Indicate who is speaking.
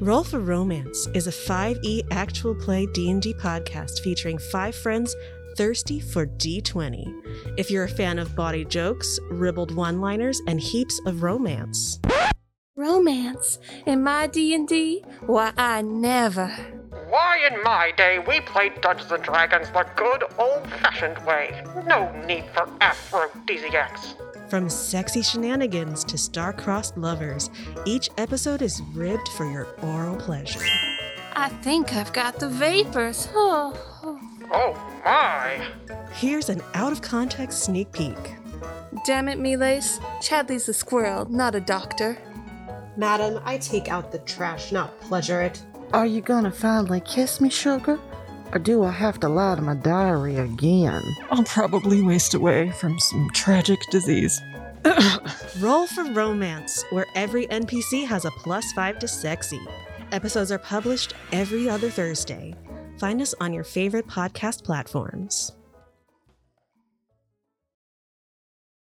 Speaker 1: Roll for Romance is a 5e actual play D&D podcast featuring five friends thirsty for D20. If you're a fan of body jokes, ribald one-liners, and heaps of romance.
Speaker 2: Romance in my D&D? Why, I never.
Speaker 3: Why, in my day, we played Dungeons and Dragons the good old fashioned way. No need for aphrodisiacs.
Speaker 1: From sexy shenanigans to star-crossed lovers, each episode is ribbed for your oral pleasure.
Speaker 2: I think I've got the vapors. Oh,
Speaker 3: Oh my!
Speaker 1: Here's an out-of-context sneak peek.
Speaker 2: damn it, Melace. Chadley's a squirrel, not a doctor.
Speaker 4: Madam, I take out the trash, not pleasure it.
Speaker 5: Are you gonna finally kiss me, sugar? Or do I have to lie to my diary again?
Speaker 6: I'll probably waste away from some tragic disease.
Speaker 1: Roll for Romance, where every NPC has a plus five to sexy. Episodes are published every other Thursday. Find us on your favorite podcast platforms.